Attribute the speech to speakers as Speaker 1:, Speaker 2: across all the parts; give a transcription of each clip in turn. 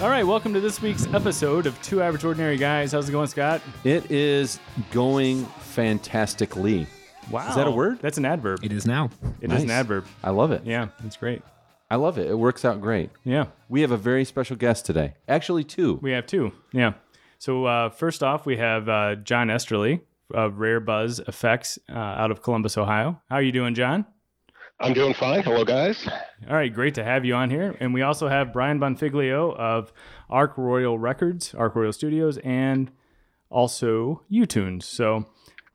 Speaker 1: All right, welcome to this week's episode of Two Average Ordinary Guys. How's it going, Scott?
Speaker 2: It is going fantastically.
Speaker 1: Wow.
Speaker 2: Is that a word?
Speaker 1: That's an adverb. It
Speaker 3: It is now.
Speaker 1: is an
Speaker 2: Nice.
Speaker 1: adverb.
Speaker 2: I love it.
Speaker 1: Yeah, that's great.
Speaker 2: I love it. It works out great.
Speaker 1: Yeah,
Speaker 2: We have a very special guest today. Actually, two.
Speaker 1: we have two. Yeah. So, uh, first off, we have uh, John Esterly of Rare Buzz Effects uh, out of Columbus, Ohio. How are you doing, John?
Speaker 4: I'm doing fine. Hello, guys.
Speaker 1: All right, great to have you on here. And we also have Brian Bonfiglio of Arc Royal Records, Arc Royal Studios, and also U-Tunes. So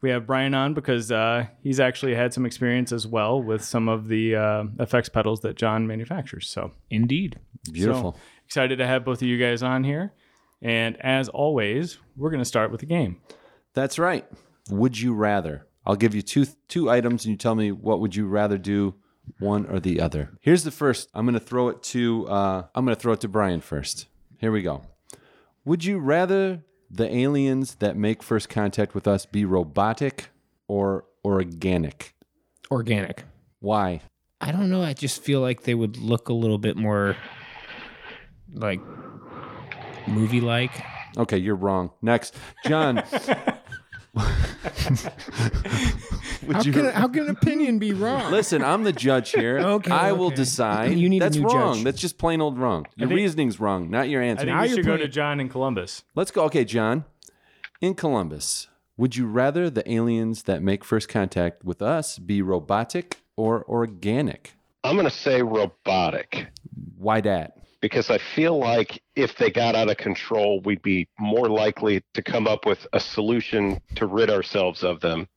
Speaker 1: we have Brian on because uh, he's actually had some experience as well with some of the uh, effects pedals that John manufactures. So
Speaker 3: Indeed.
Speaker 2: Beautiful.
Speaker 1: so excited to have both of you guys on here. And as always, we're going to start with the game.
Speaker 2: That's right. Would you rather? I'll give you two two items, and you tell me what would you rather do, one or the other. Here's the first. I'm going to throw it to uh, I'm going to throw it to Brian first. Here we go. Would you rather the aliens that make first contact with us be robotic or organic?
Speaker 3: Organic.
Speaker 2: Why?
Speaker 3: I don't know. I just feel like they would look a little bit more like movie like.
Speaker 2: Okay, you're wrong. Next, John.
Speaker 3: How,
Speaker 2: Would you
Speaker 3: can how can an opinion be wrong?
Speaker 2: listen? I'm the judge here.
Speaker 3: Okay,
Speaker 2: I will
Speaker 3: okay.
Speaker 2: decide.
Speaker 3: You need a
Speaker 2: That's
Speaker 3: new
Speaker 2: wrong.
Speaker 3: judge.
Speaker 2: That's just plain old wrong. Your
Speaker 1: think-
Speaker 2: reasoning's wrong, not your
Speaker 1: I
Speaker 2: answer.
Speaker 1: think
Speaker 3: Now
Speaker 1: we
Speaker 3: you're
Speaker 1: should go to
Speaker 3: playing-
Speaker 1: John in Columbus.
Speaker 2: Let's go. Okay, John. In Columbus, would you rather the aliens that make first contact with us be robotic or organic?
Speaker 4: I'm going to say robotic
Speaker 2: Why that?
Speaker 4: because I feel like if they got out of control, we'd be more likely to come up with a solution to rid ourselves of them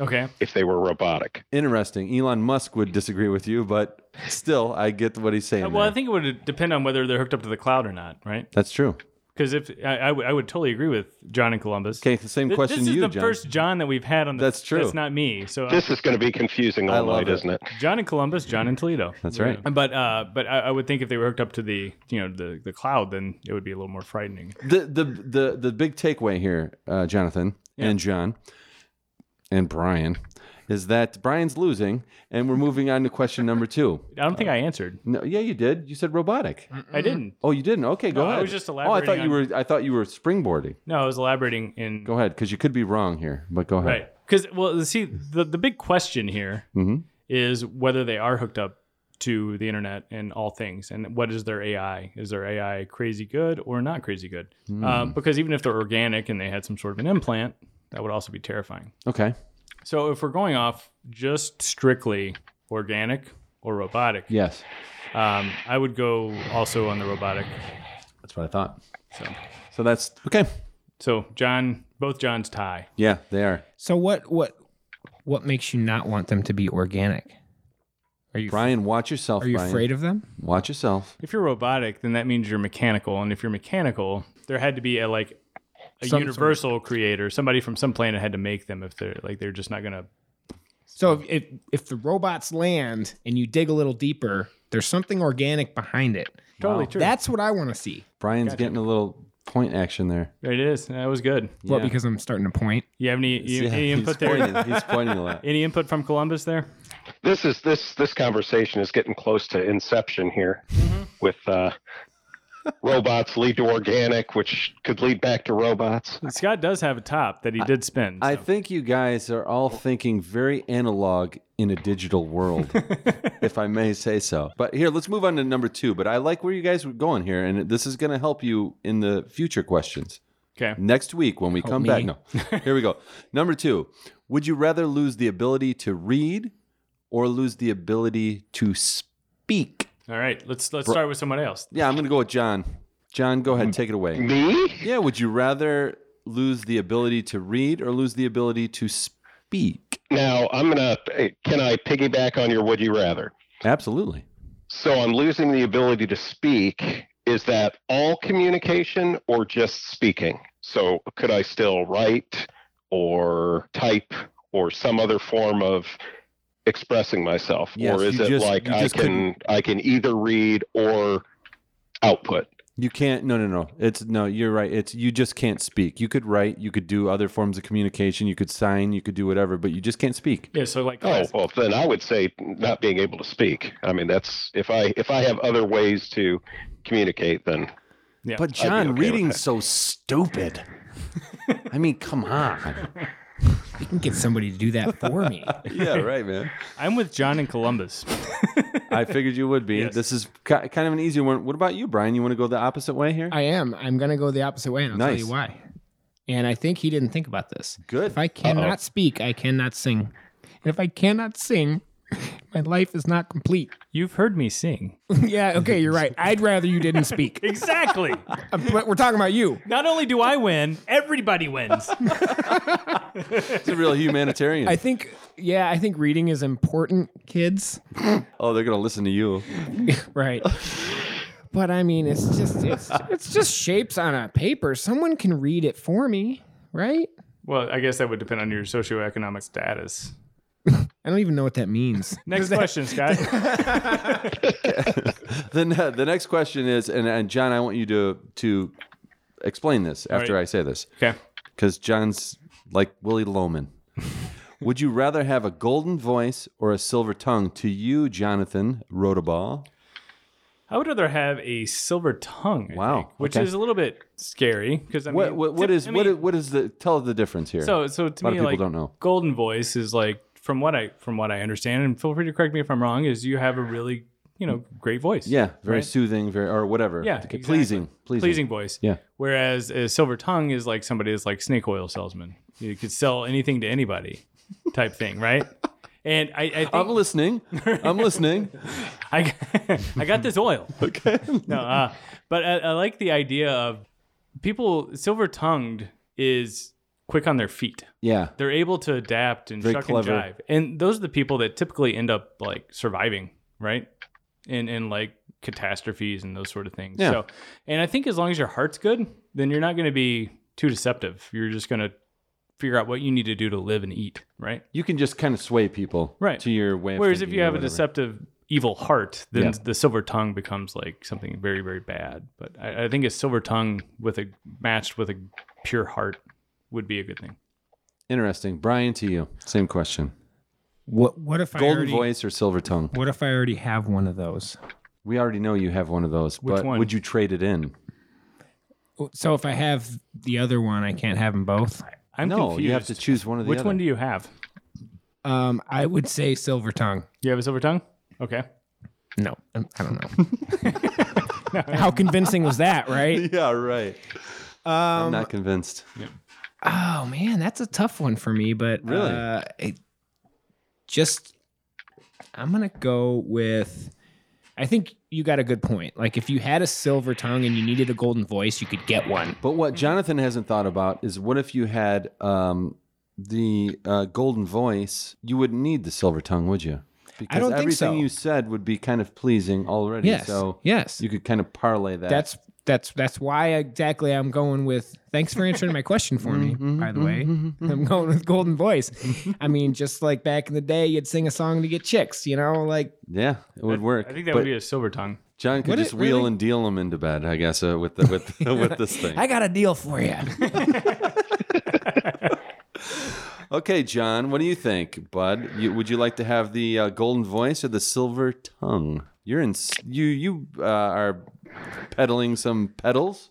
Speaker 1: Okay.
Speaker 4: if they were robotic.
Speaker 2: Interesting. Elon Musk would disagree with you, but still, I get what he's saying.
Speaker 1: Uh, Well, I
Speaker 2: there.
Speaker 1: think it would depend on whether they're hooked up to the cloud or not, right?
Speaker 2: That's true.
Speaker 1: Because if I, I would- I would totally agree with John in Columbus.
Speaker 2: Okay, same
Speaker 1: Th-
Speaker 2: question
Speaker 1: this
Speaker 2: to you,
Speaker 1: is the
Speaker 2: John.
Speaker 1: first John that we've had on the.
Speaker 2: That's true.
Speaker 1: That's not me. So uh,
Speaker 4: This is going to be confusing
Speaker 2: I
Speaker 4: all
Speaker 2: love
Speaker 4: night,
Speaker 2: it.
Speaker 4: is isn't it?
Speaker 1: John in Columbus, John in Toledo.
Speaker 2: That's right.
Speaker 1: But uh, but I, I would think if they were hooked up to the you know the the cloud, then it would be a little more frightening.
Speaker 2: the the the the big takeaway here, uh, Jonathan and John and Brian, is that Brian's losing, and we're moving on to question number two.
Speaker 1: I don't think I answered.
Speaker 2: No, yeah, you did. You said robotic.
Speaker 1: I didn't.
Speaker 2: Oh, you didn't. Okay, go
Speaker 1: Mm. No, I
Speaker 2: ahead.
Speaker 1: was just
Speaker 2: Oh, I thought you
Speaker 1: elaborating
Speaker 2: were. I thought you were springboarding.
Speaker 1: No, I was elaborating in
Speaker 2: Go ahead, because you could be wrong here. But go ahead.
Speaker 1: right because well see the the big question here is
Speaker 2: Mhm.
Speaker 1: whether they are hooked up to the internet and all things and what is their ai is their ai crazy good or not crazy good
Speaker 2: Hmm.
Speaker 1: Uh, because even if they're organic and they had some sort of an implant that would also be terrifying
Speaker 2: Okay.
Speaker 1: so if we're going off just strictly organic or robotic
Speaker 2: Yes,
Speaker 1: um, i would go also on the robotic
Speaker 2: that's what I thought.
Speaker 1: so
Speaker 2: So that's okay.
Speaker 1: so john both john's tie
Speaker 2: Yeah, they are.
Speaker 3: so what what what makes you not want them to be organic? Are you
Speaker 2: Brian, watch yourself.
Speaker 3: are you
Speaker 2: Brian.
Speaker 3: afraid of them?
Speaker 2: Watch yourself.
Speaker 1: If you're robotic, then that means you're mechanical, and if you're mechanical, there had to be a like a
Speaker 3: Some-
Speaker 1: universal creator, somebody from some planet had to make them. If they're like they're just not gonna.
Speaker 3: So if, if if the robots land and you dig a little deeper, there's something organic behind it.
Speaker 1: Totally true.
Speaker 3: That's what I want to see.
Speaker 2: Brian's getting a little point action there.
Speaker 1: There it is. That was good.
Speaker 3: Well,
Speaker 2: Yeah.
Speaker 3: because I'm starting to point.
Speaker 1: You have any, you,
Speaker 2: Yeah,
Speaker 1: any
Speaker 2: he's
Speaker 1: input there?
Speaker 2: pointing. He's pointing a lot.
Speaker 1: Any input from Columbus there?
Speaker 4: This is this this conversation is getting close to inception here
Speaker 2: Mm-hmm.
Speaker 4: with uh robots lead to organic which could lead back to robots.
Speaker 1: Scott does have a top that he did spin.
Speaker 2: I
Speaker 1: so.
Speaker 2: think you guys are all thinking very analog in a digital world, if I may say so. But here, let's move on to number two. But I like where you guys were going here, and this is going to help you in the future questions.
Speaker 1: okay.
Speaker 2: Next week, when we come
Speaker 3: me.
Speaker 2: back. No, here we go. Number two Would you rather lose the ability to read or lose the ability to speak?
Speaker 1: All right. Let's let's start with someone else.
Speaker 2: Yeah, I'm going to go with John. John, go ahead, take it away.
Speaker 4: Me?
Speaker 2: Yeah, would you rather lose the ability to read or lose the ability to speak?
Speaker 4: Now, I'm going to can I piggyback on your would you rather?
Speaker 2: Absolutely.
Speaker 4: So I'm losing the ability to speak. Is that all communication or just speaking? So could I still write or type or some other form of expressing myself?
Speaker 2: Yes,
Speaker 4: or is
Speaker 2: you
Speaker 4: it
Speaker 2: just-
Speaker 4: like
Speaker 2: you
Speaker 4: I
Speaker 2: just
Speaker 4: can I can either read or output?
Speaker 2: You can't. No, no, no. It's no. You're right. It's you just can't speak. You could write. You could do other forms of communication. You could sign. You could do whatever, but you just can't speak.
Speaker 1: Yeah. So like.
Speaker 4: Oh well then I would say not being able to speak. I mean that's if I if I have other ways to communicate then
Speaker 1: Yeah.
Speaker 2: But
Speaker 4: I'd be
Speaker 2: John,
Speaker 4: okay with
Speaker 2: reading's
Speaker 4: that.
Speaker 2: so stupid. I mean, come on.
Speaker 3: I can get somebody to do that for me.
Speaker 2: yeah, right, man.
Speaker 1: I'm with John in Columbus.
Speaker 2: I figured you would be.
Speaker 1: Yes.
Speaker 2: This is ki- kind of an easier one. What about you, Brian? You want to go the opposite way here?
Speaker 3: I am. I'm going to go the opposite way, and I'll tell
Speaker 2: Nice.
Speaker 3: you why. And I think he didn't think about this.
Speaker 2: Good.
Speaker 3: If I cannot speak, I cannot sing. And if I cannot sing, my life is not complete.
Speaker 1: You've heard me sing.
Speaker 3: yeah, okay, you're right. I'd rather you didn't speak.
Speaker 1: Exactly.
Speaker 3: Um, but we're talking about you.
Speaker 1: Not only do I win, everybody wins.
Speaker 2: It's a real humanitarian.
Speaker 3: I think, yeah, I think reading is important, kids.
Speaker 2: oh, they're gonna listen to you.
Speaker 3: Right. But I mean, it's just it's it's just shapes on a paper. Someone can read it for me, right?
Speaker 1: well, I guess that would depend on your socioeconomic status.
Speaker 3: I don't even know what that means.
Speaker 1: Next question, Scott.
Speaker 2: Then uh, the next question is, and, and John, I want you to to explain this after
Speaker 1: right.
Speaker 2: I say this,
Speaker 1: Okay.
Speaker 2: because John's like Willie Loman. Would you rather have a golden voice or a silver tongue? To you, Jonathan Rotaball.
Speaker 1: I would rather have a silver tongue. I
Speaker 2: Wow,
Speaker 1: think, which
Speaker 2: okay.
Speaker 1: is a little bit scary because I mean,
Speaker 2: What what, what
Speaker 1: tip-
Speaker 2: is
Speaker 1: I
Speaker 2: what
Speaker 1: mean,
Speaker 2: is what is the tell the difference here?
Speaker 1: So so to
Speaker 2: A lot
Speaker 1: me
Speaker 2: of people
Speaker 1: like
Speaker 2: don't know.
Speaker 1: Golden Voice is like from what I from what I understand, and feel free to correct me if I'm wrong. Is you have a really you know great voice.
Speaker 2: yeah, very
Speaker 1: right?
Speaker 2: soothing, very or whatever.
Speaker 1: Yeah,
Speaker 2: Okay,
Speaker 1: exactly.
Speaker 2: pleasing, pleasing,
Speaker 1: pleasing voice.
Speaker 2: Yeah.
Speaker 1: Whereas a silver tongue is like somebody is like snake oil salesman. You could sell anything to anybody, type thing, right? And I, I think
Speaker 2: I'm listening. I'm listening.
Speaker 1: I, I got this oil. Okay. No, uh, but I, I like the idea of people. Silver tongued is quick on their feet.
Speaker 2: Yeah.
Speaker 1: They're able to adapt and
Speaker 2: Very
Speaker 1: shuck
Speaker 2: clever.
Speaker 1: and jive. And those are the people that typically end up like surviving, right? And and like catastrophes and those sort of things.
Speaker 2: Yeah.
Speaker 1: So, and I think as long as your heart's good, then you're not going to be too deceptive. You're just going to figure out what you need to do to live and eat, right?
Speaker 2: You can just kind of sway people
Speaker 1: Right.
Speaker 2: to your way. Of
Speaker 1: Whereas if
Speaker 2: thinking
Speaker 1: you
Speaker 2: or
Speaker 1: have a
Speaker 2: whatever.
Speaker 1: deceptive evil heart, then
Speaker 2: Yeah.
Speaker 1: the silver tongue becomes like something very, very bad. But I, I think a silver tongue with a matched with a pure heart would be a good thing.
Speaker 2: Interesting. Brian, to you. Same question.
Speaker 3: What what if I
Speaker 2: Golden
Speaker 3: already,
Speaker 2: voice or silver tongue?
Speaker 3: What if I already have one of those?
Speaker 2: We already know you have one of those,
Speaker 1: Which
Speaker 2: but
Speaker 1: one?
Speaker 2: would you trade it in?
Speaker 3: So if I have the other one, I can't have them both.
Speaker 1: I'm
Speaker 2: no,
Speaker 1: confused.
Speaker 2: you have to choose one of the
Speaker 1: Which
Speaker 2: other.
Speaker 1: one do you have?
Speaker 3: Um, I would say silver tongue.
Speaker 1: You have a silver tongue? Okay.
Speaker 3: No, I I don't know. How convincing was that, right?
Speaker 2: Yeah, right. I'm not convinced.
Speaker 3: Oh man, that's a tough one for me. But
Speaker 2: Really?
Speaker 3: uh, it just I'm gonna go with. I think you got a good point. Like if you had a silver tongue and you needed a golden voice, you could get one.
Speaker 2: But what Jonathan hasn't thought about is what if you had um, the uh, golden voice? You wouldn't need the silver tongue, would you? Because
Speaker 3: don't think
Speaker 2: everything
Speaker 3: so.
Speaker 2: you said would be kind of pleasing already.
Speaker 3: Yes.
Speaker 2: So
Speaker 3: yes.
Speaker 2: you could kind of parlay that.
Speaker 3: that's that's that's why exactly I'm going with. Thanks for answering my question for me. By the way, I'm going with golden voice. I mean, just like back in the day, you'd sing a song to get chicks. You know, like
Speaker 2: yeah, it would work.
Speaker 1: I think that
Speaker 2: but Oh.
Speaker 1: would be a silver tongue.
Speaker 2: John could
Speaker 3: Would it
Speaker 2: just wheel
Speaker 3: really?
Speaker 2: and deal him into bed, I guess, uh, with the, with with this thing.
Speaker 3: I got a deal for you.
Speaker 2: Okay, John, what do you think, bud? You, would you like to have the uh, golden voice or the silver tongue? You're in. s- You you uh, are peddling some pedals.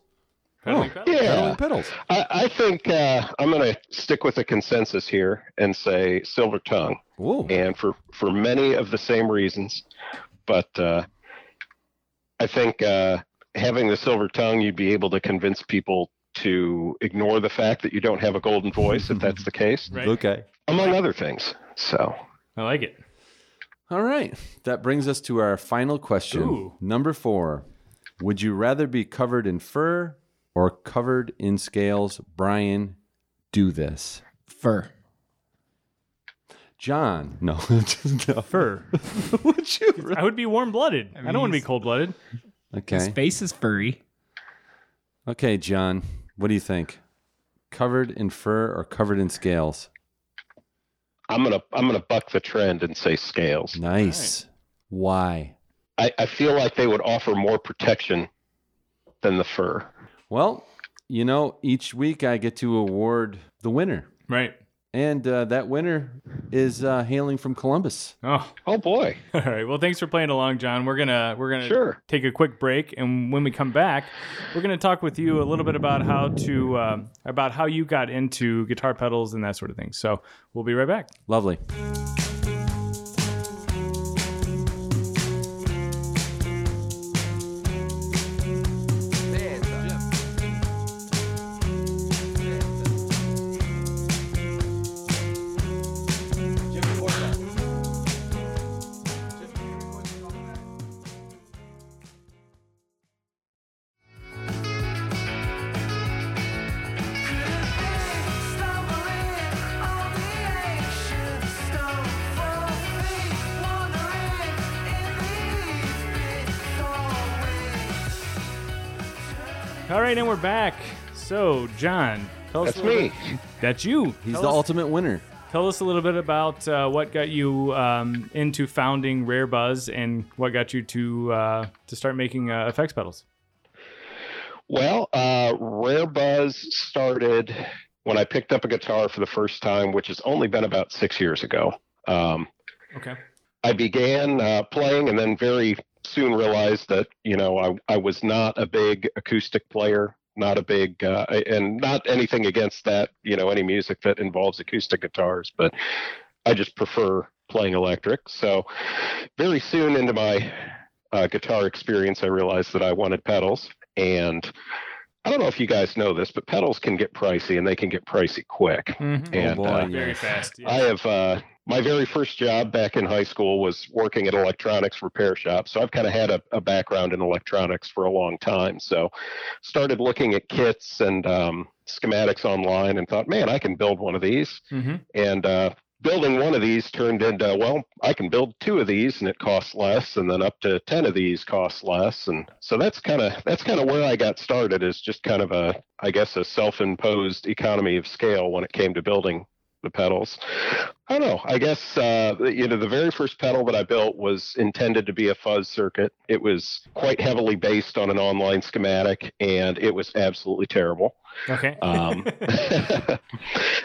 Speaker 1: Peddling pedal?
Speaker 4: Yeah.
Speaker 2: Peddling pedals.
Speaker 4: I, I think uh, I'm going to stick with the consensus here and say silver tongue,
Speaker 2: Whoa.
Speaker 4: and for for many of the same reasons. But uh, I think uh, having the silver tongue, you'd be able to convince people to ignore the fact that you don't have a golden voice, if that's the case,
Speaker 1: Right.
Speaker 2: Okay.
Speaker 4: among other things. So
Speaker 1: I like it.
Speaker 2: All right. That brings us to our final question.
Speaker 1: Ooh.
Speaker 2: Number four. Would you rather be covered in fur or covered in scales? Brian, do this.
Speaker 3: Fur.
Speaker 2: John, no, just no.
Speaker 1: Fur.
Speaker 2: Would you? re-
Speaker 1: I would be warm blooded. I,
Speaker 3: mean,
Speaker 1: don't want to be
Speaker 3: he's-
Speaker 1: cold blooded.
Speaker 3: His
Speaker 2: Okay.
Speaker 3: face is furry.
Speaker 2: Okay, John, what do you think? Covered in fur or covered in scales?
Speaker 4: I'm gonna I'm gonna buck the trend and say scales.
Speaker 2: Nice. Why?
Speaker 4: I, I feel like they would offer more protection than the fur.
Speaker 2: Well, you know, each week I get to award the winner.
Speaker 1: Right.
Speaker 2: And uh, that winner is uh, hailing from Columbus.
Speaker 1: Oh,
Speaker 4: Oh boy,
Speaker 1: all right. Well, thanks for playing along, John. We're gonna we're gonna
Speaker 4: sure.
Speaker 1: take a quick break, and when we come back, we're gonna talk with you a little bit about how to um, about how you got into guitar pedals and that sort of thing. So we'll be right back.
Speaker 2: Lovely.
Speaker 1: All right, and we're back. So, John, tell us
Speaker 4: That's
Speaker 1: a little
Speaker 4: me.
Speaker 1: bit- That's you.
Speaker 2: He's
Speaker 1: tell
Speaker 2: the
Speaker 1: us,
Speaker 2: ultimate winner.
Speaker 1: Tell us a little bit about uh, what got you um, into founding Rare Buzz and what got you to uh, to start making uh, effects pedals.
Speaker 4: Well, uh, Rare Buzz started when I picked up a guitar for the first time, which has only been about six years ago. Um,
Speaker 1: Okay.
Speaker 4: I began uh, playing and then very soon realized that, you know, I, I was not a big acoustic player, not a big, uh, and not anything against that, you know, any music that involves acoustic guitars, but I just prefer playing electric. So very soon into my uh, guitar experience, I realized that I wanted pedals. And I don't know if you guys know this, but pedals can get pricey and they can get pricey quick.
Speaker 1: Mm-hmm.
Speaker 4: And,
Speaker 2: oh boy,
Speaker 4: uh,
Speaker 1: Very
Speaker 2: yes.
Speaker 1: fast. yeah.
Speaker 4: I have uh, my very first job back in high school was working at electronics repair shop. So I've kind of had a, a background in electronics for a long time. So started looking at kits and um, schematics online and thought, man, I can build one of these.
Speaker 1: Mhm.
Speaker 4: And uh, building one of these turned into, well, I can build two of these and it costs less, and then up to ten of these costs less. And so that's kind of that's kind of where I got started is just kind of a, I guess, a self-imposed economy of scale when it came to building the pedals. I don't know. I guess uh, you know the very first pedal that I built was intended to be a fuzz circuit. It was quite heavily based on an online schematic, and it was absolutely terrible.
Speaker 1: Okay.
Speaker 4: Um,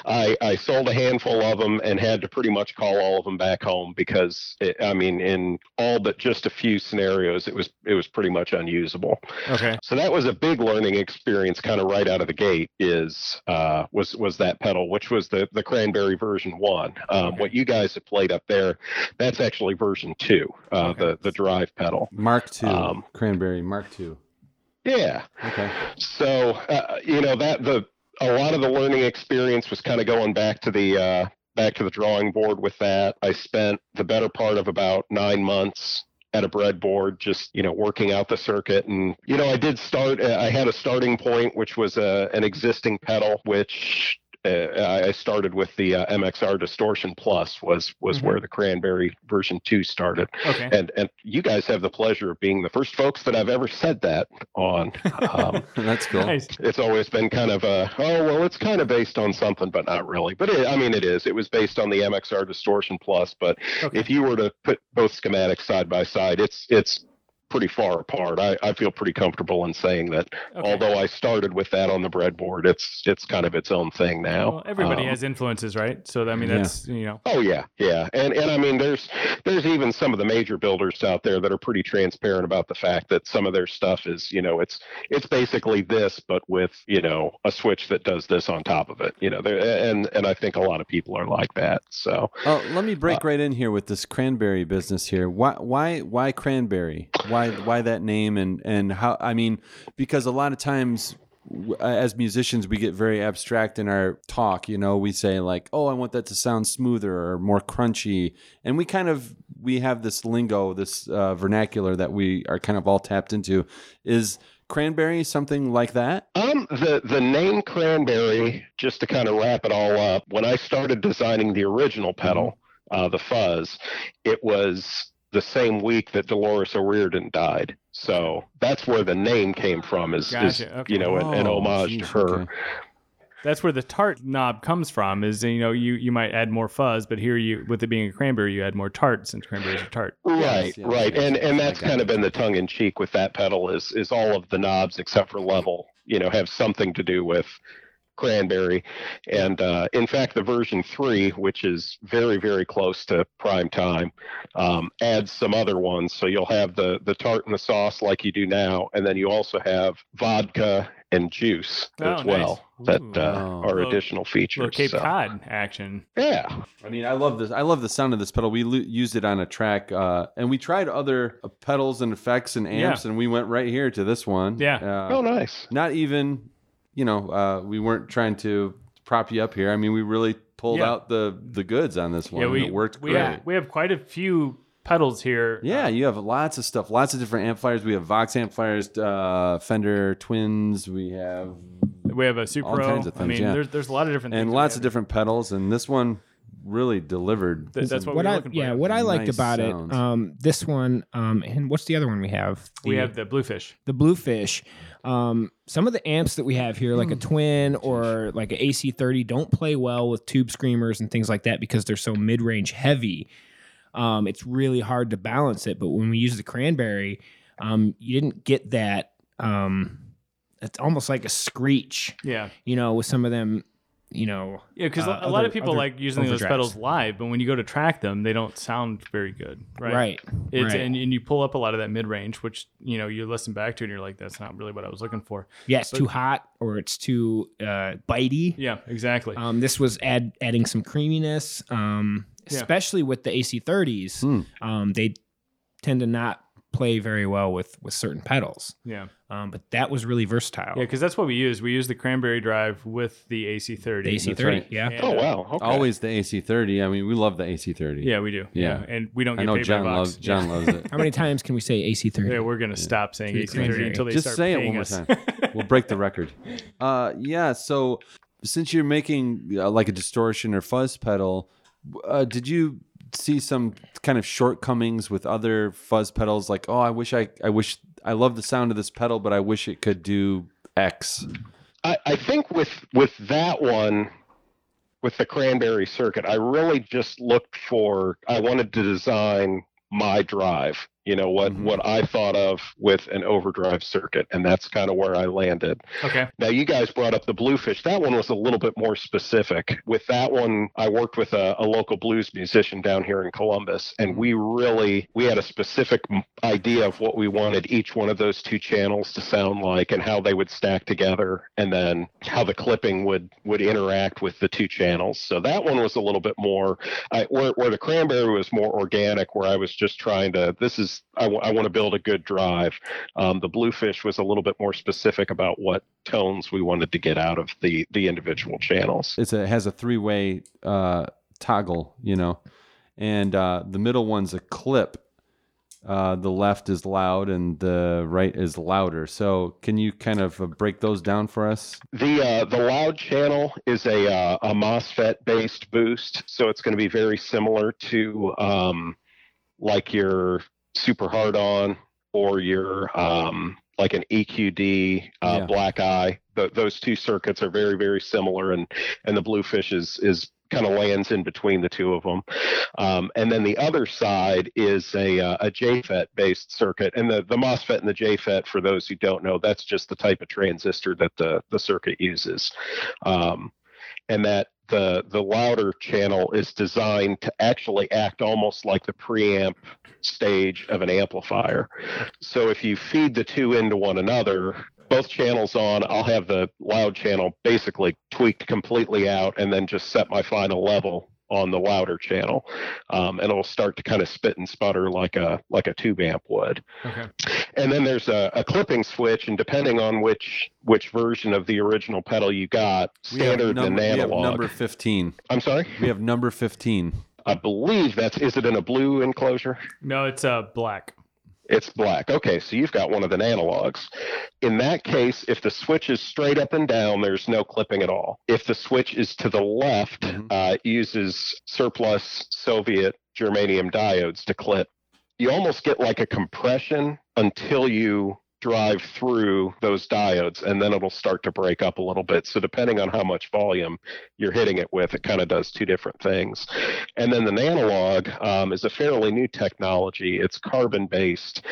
Speaker 4: I, I sold a handful of them and had to pretty much call all of them back home because it, I mean, in all but just a few scenarios, it was it was pretty much unusable.
Speaker 1: okay.
Speaker 4: So that was a big learning experience, kind of right out of the gate. Is uh, was was that pedal, which was the the Cranberry version one. Um, What you guys have played up there, that's actually version two, uh,
Speaker 1: Okay.
Speaker 4: the the drive pedal.
Speaker 2: Mark two,
Speaker 4: Um,
Speaker 2: Cranberry Mark two.
Speaker 4: Yeah,
Speaker 2: Okay.
Speaker 4: so uh, you know that the a lot of the learning experience was kind of going back to the uh, back to the drawing board with that i spent the better part of about nine months at a breadboard just you know working out the circuit and you know i did start uh, i had a starting point which was a, an existing pedal which uh, I I started with the uh, MXR Distortion Plus was was
Speaker 1: Mhm.
Speaker 4: where the Cranberry version two started
Speaker 1: Okay.
Speaker 4: and and you guys have the pleasure of being the first folks that I've ever said that on. Um,
Speaker 2: That's cool.
Speaker 1: Nice.
Speaker 4: it's always been kind of a oh well, it's kind of based on something, but not really. But it, I mean, it is. It was based on the MXR Distortion Plus, but
Speaker 1: Okay.
Speaker 4: if you were to put both schematics side by side, it's it's pretty far apart. I, I feel pretty comfortable in saying that.
Speaker 1: Okay.
Speaker 4: Although I started with that on the breadboard, it's it's kind of its own thing now.
Speaker 1: Well, everybody
Speaker 4: Um,
Speaker 1: has influences, right? So I mean,
Speaker 2: Yeah.
Speaker 1: that's you know.
Speaker 4: Oh yeah, yeah, and and I mean, there's there's even some of the major builders out there that are pretty transparent about the fact that some of their stuff is, you know, it's it's basically this, but with you know a switch that does this on top of it, you know, there and and I think a lot of people are like that. So
Speaker 2: Oh, let me break right in here with this cranberry business here. Why, why, why cranberry? Why, why that name? And and how? I mean, because a lot of times w- uh, as musicians we get very abstract in our talk. You know, we say like, "Oh, I want that to sound smoother or more crunchy," and we kind of we have this lingo, this uh, vernacular that we are kind of all tapped into. Is cranberry something like that?
Speaker 4: Um, the the name Cranberry, just to kind of wrap it all up, when I started designing the original pedal, uh, the Fuzz, it was the same week that Dolores O'Riordan died. So that's where the name came from. Is, is
Speaker 1: Gotcha, okay.
Speaker 4: you know an, an
Speaker 2: Oh,
Speaker 4: homage to
Speaker 2: geez,
Speaker 4: her.
Speaker 2: okay.
Speaker 1: That's where the tart knob comes from. Is you know you you might add more fuzz, but here you with it being a cranberry, you add more tart since cranberries are tart.
Speaker 4: Right,
Speaker 2: yes,
Speaker 4: right,
Speaker 2: yes,
Speaker 4: and
Speaker 2: yes,
Speaker 4: and
Speaker 2: I
Speaker 4: that's
Speaker 2: got
Speaker 4: kind of
Speaker 2: it.
Speaker 4: been the tongue in cheek with that pedal is is all of the knobs except for level, you know, have something to do with Cranberry. And uh, in fact, the version three, which is very, very close to prime time, um, adds some other ones. So you'll have the, the tart and the sauce like you do now. And then you also have vodka and juice
Speaker 1: Oh,
Speaker 4: as
Speaker 1: nice.
Speaker 4: well that
Speaker 1: Ooh.
Speaker 4: uh, are
Speaker 1: Little-
Speaker 4: additional
Speaker 1: Little
Speaker 4: features.
Speaker 1: Cape
Speaker 4: So,
Speaker 1: Cod action.
Speaker 4: yeah.
Speaker 2: I mean, I love this. I love the sound of this pedal. We lo- used it on a track, uh, and we tried other uh, pedals and effects and amps, and we went right here to this one.
Speaker 1: Yeah.
Speaker 2: Uh,
Speaker 4: Oh, nice.
Speaker 2: Not even, you know, uh, we weren't trying to prop you up here. I mean, we really pulled
Speaker 1: Yeah.
Speaker 2: out the the goods on this one.
Speaker 1: yeah,
Speaker 2: and
Speaker 1: we
Speaker 2: it worked
Speaker 1: we
Speaker 2: great.
Speaker 1: Have, we have quite a few pedals here.
Speaker 2: Yeah, you have lots of stuff, lots of different amplifiers. We have Vox amplifiers, uh, Fender Twins. We have
Speaker 1: We have a Supro.
Speaker 2: kinds of
Speaker 1: I
Speaker 2: things,
Speaker 1: mean,
Speaker 2: yeah.
Speaker 1: there's there's a lot of different
Speaker 2: and
Speaker 1: things
Speaker 2: lots
Speaker 1: we
Speaker 2: of different pedals, and this one really delivered.
Speaker 1: have. Th- that's what,
Speaker 3: what
Speaker 1: we were
Speaker 3: I
Speaker 1: looking for.
Speaker 3: yeah, what I liked
Speaker 2: Nice
Speaker 3: about
Speaker 2: sounds.
Speaker 3: it, um, this one, um, and what's the other one we have?
Speaker 1: we
Speaker 3: The-
Speaker 1: have the Bluefish.
Speaker 3: the Bluefish. Um, some of the amps that we have here, like a twin or like an AC30, don't play well with tube screamers and things like that because they're so mid range heavy. Um, it's really hard to balance it. But when we use the cranberry, um, you didn't get that. Um, it's almost like a screech,
Speaker 1: Yeah,
Speaker 3: you know, with some of them, you know.
Speaker 1: yeah, because
Speaker 3: Uh,
Speaker 1: a lot
Speaker 3: other-
Speaker 1: of people
Speaker 3: other
Speaker 1: like using those
Speaker 3: overdrives.
Speaker 1: pedals live, but when you go to track them, they don't sound very good. Right.
Speaker 3: Right.
Speaker 1: It's,
Speaker 3: right.
Speaker 1: And, and you pull up a lot of that mid range, which you know you listen back to and you're like, that's not really what I was looking for.
Speaker 3: yeah, it's too hot or it's too uh, bitey.
Speaker 1: Yeah, exactly.
Speaker 3: Um, this was add, adding some creaminess, um,
Speaker 1: Yeah.
Speaker 3: especially with the AC30s.
Speaker 2: Hmm.
Speaker 3: Um, they tend to not play very well with with certain pedals,
Speaker 1: yeah, yeah,
Speaker 3: um, but that was really versatile.
Speaker 1: because that's what we use. We use the Cranberry drive with the AC30.
Speaker 3: the AC30,
Speaker 2: right.
Speaker 3: yeah.
Speaker 1: And,
Speaker 4: Oh,
Speaker 1: uh,
Speaker 4: wow. Okay.
Speaker 2: Always the AC30. I mean, we love the AC30.
Speaker 1: Yeah, we do.
Speaker 2: Yeah.
Speaker 1: and we don't
Speaker 2: I
Speaker 1: get
Speaker 2: know
Speaker 1: paid
Speaker 2: John
Speaker 1: by box.
Speaker 2: loves John loves it.
Speaker 3: How many times can we say AC30?
Speaker 1: Yeah, we're gonna stop saying
Speaker 3: Through
Speaker 1: AC30
Speaker 3: Cranberry.
Speaker 1: until they
Speaker 2: Just
Speaker 1: start
Speaker 2: say it
Speaker 1: paying
Speaker 2: one more
Speaker 1: us.
Speaker 2: time. we'll break the record. Uh, yeah. So since you're making uh, like a distortion or fuzz pedal, uh, did you see some kind of shortcomings with other fuzz pedals? Like, oh, I wish I, I wish I love the sound of this pedal, but I wish it could do X.
Speaker 4: I, I think with with that one, with the cranberry circuit, I really just looked for. I wanted to design my drive. You know what
Speaker 2: Mhm.
Speaker 4: what I thought of with an overdrive circuit, and that's kind of where I landed.
Speaker 1: Okay.
Speaker 4: Now you guys brought up the bluefish. That one was a little bit more specific. With that one, I worked with a, a local blues musician down here in Columbus, and we really we had a specific m- idea of what we wanted each one of those two channels to sound like, and how they would stack together, and then how the clipping would would interact with the two channels. So that one was a little bit more I, where where the cranberry was more organic, where I was just trying to this is I want to build a good drive. Um, the bluefish was a little bit more specific about what tones we wanted to get out of the the individual channels.
Speaker 2: It's a, it has a three way uh, toggle, you know, and uh, the middle one's a clip. Uh, the left is loud and the right is louder. So, can you kind of uh, break those down for us?
Speaker 4: The uh, the loud channel is a uh, a MOSFET based boost, so it's going to be very similar to um, like your super hard on or your um, like an EQD uh,
Speaker 2: Yeah.
Speaker 4: black eye. Th those two circuits are very very similar, and and the bluefish is is kind of lands in between the two of them. Um, and then the other side is a, uh, a JFET based circuit. And the, the MOSFET and the JFET, for those who don't know, that's just the type of transistor that the, the circuit uses. Um, and that the, the louder channel is designed to actually act almost like the preamp stage of an amplifier. So if you feed the two into one another, both channels on, I'll have the loud channel basically tweaked completely out and then just set my final level on the louder channel um, and it'll start to kind of spit and sputter like a like a tube amp would.
Speaker 1: Okay.
Speaker 4: And then there's a, a clipping switch, and depending on which which version of the original pedal you got, standard
Speaker 2: number,
Speaker 4: and
Speaker 2: we have
Speaker 4: analog.
Speaker 2: number 15.
Speaker 4: I'm sorry,
Speaker 2: We have number 15.
Speaker 4: I believe that's is it in a blue enclosure?
Speaker 1: No, it's uh black.
Speaker 4: It's black. Okay, so you've got one of the analogs. In that case, if the switch is straight up and down, there's no clipping at all. If the switch is to the left,
Speaker 2: Mhm.
Speaker 4: uh, it uses surplus Soviet germanium diodes to clip. You almost get like a compression until you drive through those diodes, and then it'll start to break up a little bit. So, depending on how much volume you're hitting it with, it kind of does two different things. And then the analog um, is a fairly new technology. It's carbon based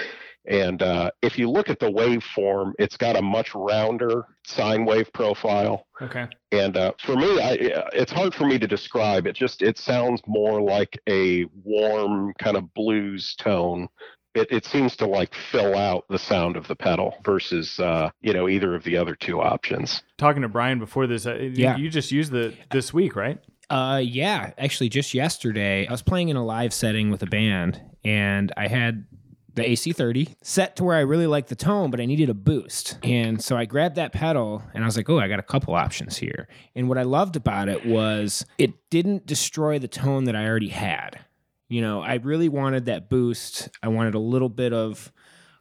Speaker 4: And uh, if you look at the waveform, it's got a much rounder sine wave profile.
Speaker 1: Okay.
Speaker 4: And uh, for me, I, it's hard for me to describe. It just it sounds more like a warm kind of blues tone. It, it seems to like fill out the sound of the pedal versus uh, you know either of the other two options.
Speaker 1: Talking to Brian before this, uh, you-
Speaker 3: Yeah.
Speaker 1: you just used the this week, right?
Speaker 3: Uh, yeah, actually, just yesterday, I was playing in a live setting with a band, and I had the AC30 set to where I really liked the tone, but I needed a boost. And so I grabbed that pedal, and I was like, oh, I got a couple options here. And what I loved about it was it didn't destroy the tone that I already had. You know, I really wanted that boost. I wanted a little bit of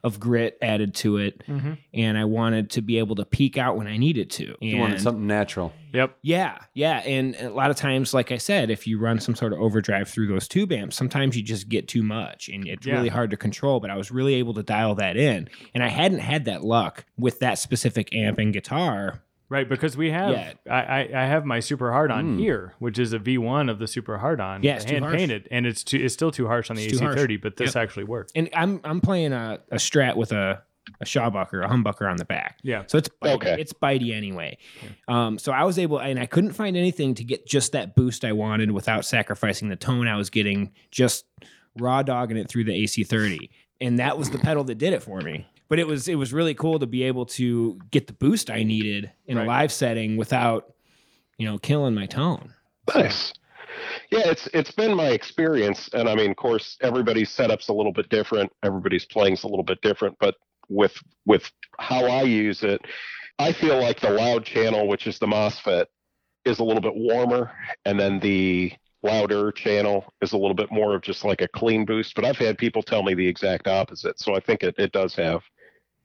Speaker 3: of grit added to it,
Speaker 1: Mm-hmm.
Speaker 3: and I wanted to be able to peak out when I needed to.
Speaker 2: You wanted
Speaker 3: And-
Speaker 2: something natural.
Speaker 1: Yep.
Speaker 3: yeah, yeah. And a lot of times, like I said, if you run some sort of overdrive through those tube amps, sometimes you just get too much and it's
Speaker 1: Yeah.
Speaker 3: really hard to control. But I was really able to dial that in. And I hadn't had that luck with that specific amp and guitar.
Speaker 1: Right, because we have
Speaker 3: Yeah.
Speaker 1: I, I I have my super hard on
Speaker 2: Mm.
Speaker 1: here, which is a V1 of the super hard on,
Speaker 3: Yeah, it's too
Speaker 1: hand
Speaker 3: harsh.
Speaker 1: painted, and it's too, it's still too harsh on the
Speaker 3: It's too harsh.
Speaker 1: AC30, but this actually worked.
Speaker 3: And I'm I'm playing a, a strat with a, a shawbucker, a humbucker on the back.
Speaker 1: Yeah.
Speaker 3: So it's bitey,
Speaker 4: Okay.
Speaker 3: it's bitey anyway. Um, so I was able, and I couldn't find anything to get just that boost I wanted without sacrificing the tone I was getting, just raw dogging it through the AC30, and that was the pedal that did it for me. But it was it was really cool to be able to get the boost I needed in a
Speaker 1: Right.
Speaker 3: live setting without, you know, killing my tone.
Speaker 4: Nice. Yeah, it's it's been my experience, and I mean, of course, everybody's setup's a little bit different, everybody's playing's a little bit different, but with with how I use it, I feel like the loud channel, which is the MOSFET, is a little bit warmer, and then the louder channel is a little bit more of just like a clean boost. But I've had people tell me the exact opposite, so I think it, it does have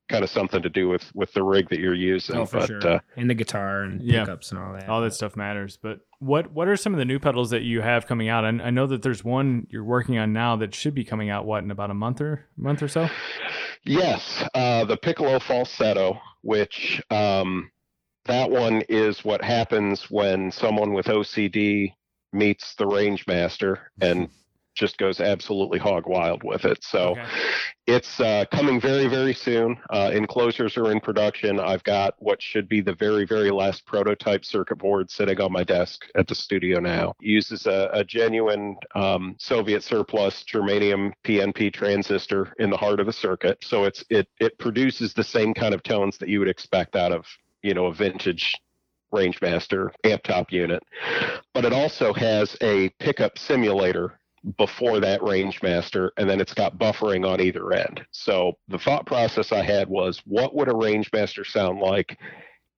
Speaker 4: kind of something to do with with the rig that you're using.
Speaker 3: Oh, for
Speaker 4: but
Speaker 3: sure.
Speaker 4: uh,
Speaker 3: and the guitar and
Speaker 1: Yeah.
Speaker 3: pickups and all that.
Speaker 1: All that stuff matters. But what what are some of the new pedals that you have coming out? I, I know that there's one you're working on now that should be coming out what in about a month or month or so.
Speaker 4: Yes, uh, the piccolo falsetto, which um, that one is what happens when someone with OCD meets the range master and just goes absolutely hog wild with it. So
Speaker 1: Okay.
Speaker 4: it's uh, coming very, very soon. Uh, enclosures are in production. I've got what should be the very, very last prototype circuit board sitting on my desk at the studio now. Uses a, a genuine um, Soviet surplus germanium PNP transistor in the heart of the circuit, so it's it it produces the same kind of tones that you would expect out of you know a vintage Rangemaster amp top unit, but it also has a pickup simulator before that range master and then it's got buffering on either end so the thought process i had was what would a range master sound like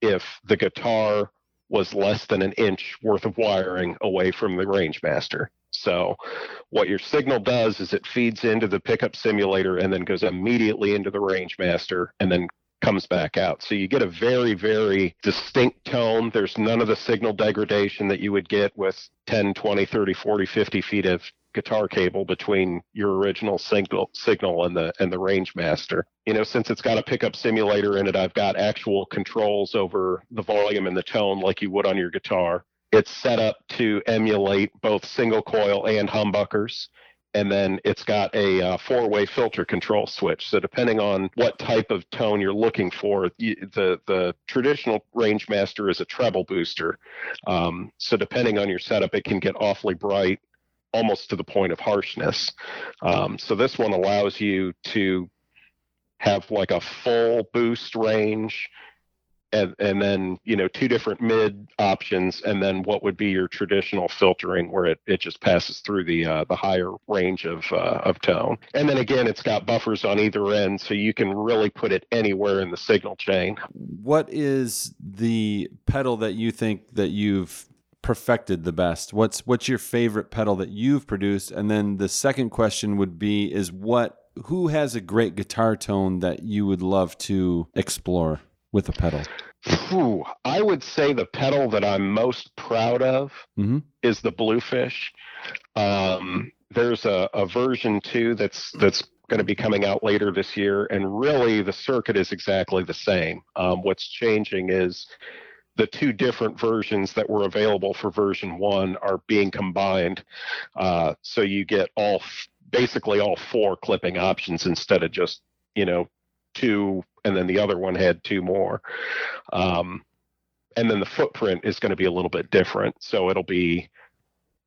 Speaker 4: if the guitar was less than an inch worth of wiring away from the range master so what your signal does is it feeds into the pickup simulator and then goes immediately into the range master and then comes back out so you get a very very distinct tone there's none of the signal degradation that you would get with 10 20 30 40 50 feet of guitar cable between your original signal signal and the and the range master you know since it's got a pickup simulator in it i've got actual controls over the volume and the tone like you would on your guitar it's set up to emulate both single coil and humbuckers and then it's got a uh, four-way filter control switch. So depending on what type of tone you're looking for, you, the the traditional Rangemaster is a treble booster. Um, so depending on your setup, it can get awfully bright, almost to the point of harshness. Um, so this one allows you to have like a full boost range. And, and then you know two different mid options and then what would be your traditional filtering where it, it just passes through the uh, the higher range of uh, of tone and then again it's got buffers on either end so you can really put it anywhere in the signal chain
Speaker 2: What is the pedal that you think that you've perfected the best? What's what's your favorite pedal that you've produced? And then the second question would be is what who has a great guitar tone that you would love to explore with a pedal?
Speaker 4: Phew, I would say the pedal that I'm most proud of
Speaker 2: Mhm.
Speaker 4: is the Bluefish. Um, there's a, a version two that's that's going to be coming out later this year, and really the circuit is exactly the same. Um, what's changing is the two different versions that were available for version one are being combined, uh, so you get all f- basically all four clipping options instead of just you know, two, and then the other one had two more. Um, and then the footprint is going to be a little bit different. So it'll be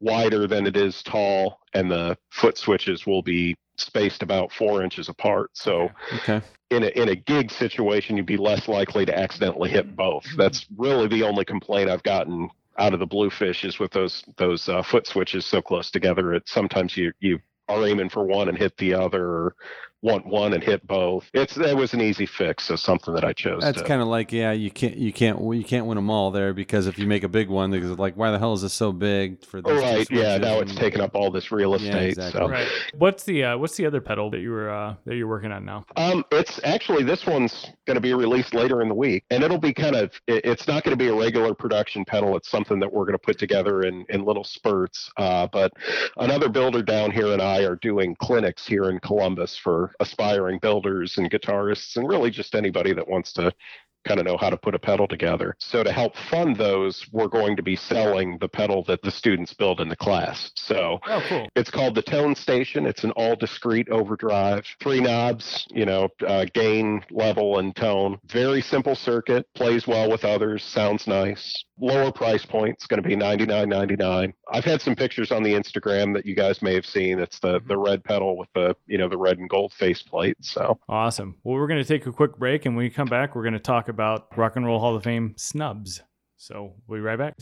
Speaker 4: wider than it is tall, and the foot switches will be spaced about four inches apart. So
Speaker 2: Okay.
Speaker 4: in a in a gig situation, you'd be less likely to accidentally hit both.
Speaker 2: Mm-hmm.
Speaker 4: That's really the only complaint I've gotten out of the bluefish is with those those uh, foot switches so close together. It sometimes you you are aiming for one and hit the other, or want one and hit both. It's that was an easy fix. So something that I chose.
Speaker 2: That's
Speaker 4: to-
Speaker 2: kind of like yeah, you can't you can't you can't win them all there because if you make a big one, because like why the hell is this so big for
Speaker 4: Oh,
Speaker 2: this?
Speaker 4: right. Yeah. Now it's taking up all this real estate.
Speaker 2: exactly.
Speaker 4: So.
Speaker 1: Right. What's the uh, what's the other pedal that you were uh, that you're working on now?
Speaker 4: Um, it's actually this one's going to be released later in the week, and it'll be kind of it- it's not going to be a regular production pedal. It's something that we're going to put together in in little spurts. Uh, but another builder down here and I are doing clinics here in Columbus for aspiring builders and guitarists, and really just anybody that wants to kind of know how to put a pedal together. So to help fund those, we're going to be selling the pedal that the students build in the class. So
Speaker 1: Oh, cool.
Speaker 4: it's called the Tone Station. It's an all discrete overdrive, three knobs, you know, uh, gain, level, and tone. Very simple circuit, plays well with others, sounds nice. Lower price point, it's going to be $99.99. I've had some pictures on the Instagram that you guys may have seen. It's the, the red pedal with the, you know, the red and gold faceplate. So
Speaker 1: Awesome. Well, we're going to take a quick break, and when we come back, we're going to talk about Rock and Roll Hall of Fame snubs. So we'll be right back.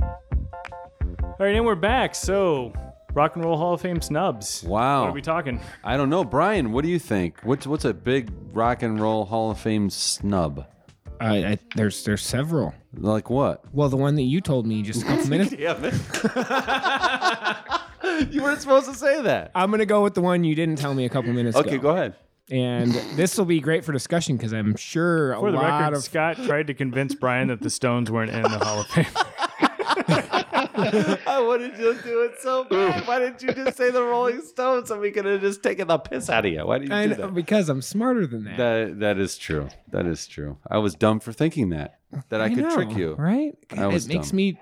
Speaker 1: All right, and we're back. So, Rock and Roll Hall of Fame snubs. What are
Speaker 2: Wow.
Speaker 1: we talking?
Speaker 2: I don't know, Brian. What do you think? What's what's a big rock and roll Hall of Fame snub?
Speaker 3: I, I, there's there's several.
Speaker 2: Like what?
Speaker 3: Well, the one that you told me just a couple minutes.
Speaker 2: You weren't supposed to say that.
Speaker 3: I'm gonna go with the one you didn't tell me a couple minutes ago.
Speaker 2: Okay, go ahead.
Speaker 3: And this will be great for discussion because I'm sure a
Speaker 1: For the
Speaker 3: lot
Speaker 1: record,
Speaker 3: of
Speaker 1: Scott tried to convince Brian that the Stones weren't in the Hall of Fame.
Speaker 2: I wanted you to do it so bad. Why didn't you just say the Rolling Stones and we could have just taken the piss out of you? Why did you
Speaker 3: I
Speaker 2: do
Speaker 3: know,
Speaker 2: that?
Speaker 3: because I'm smarter than that.
Speaker 2: That that is true. That is true. I was dumb for thinking that that I, could
Speaker 3: know,
Speaker 2: trick you.
Speaker 3: right?
Speaker 2: I was
Speaker 3: it makes
Speaker 2: dumb.
Speaker 3: me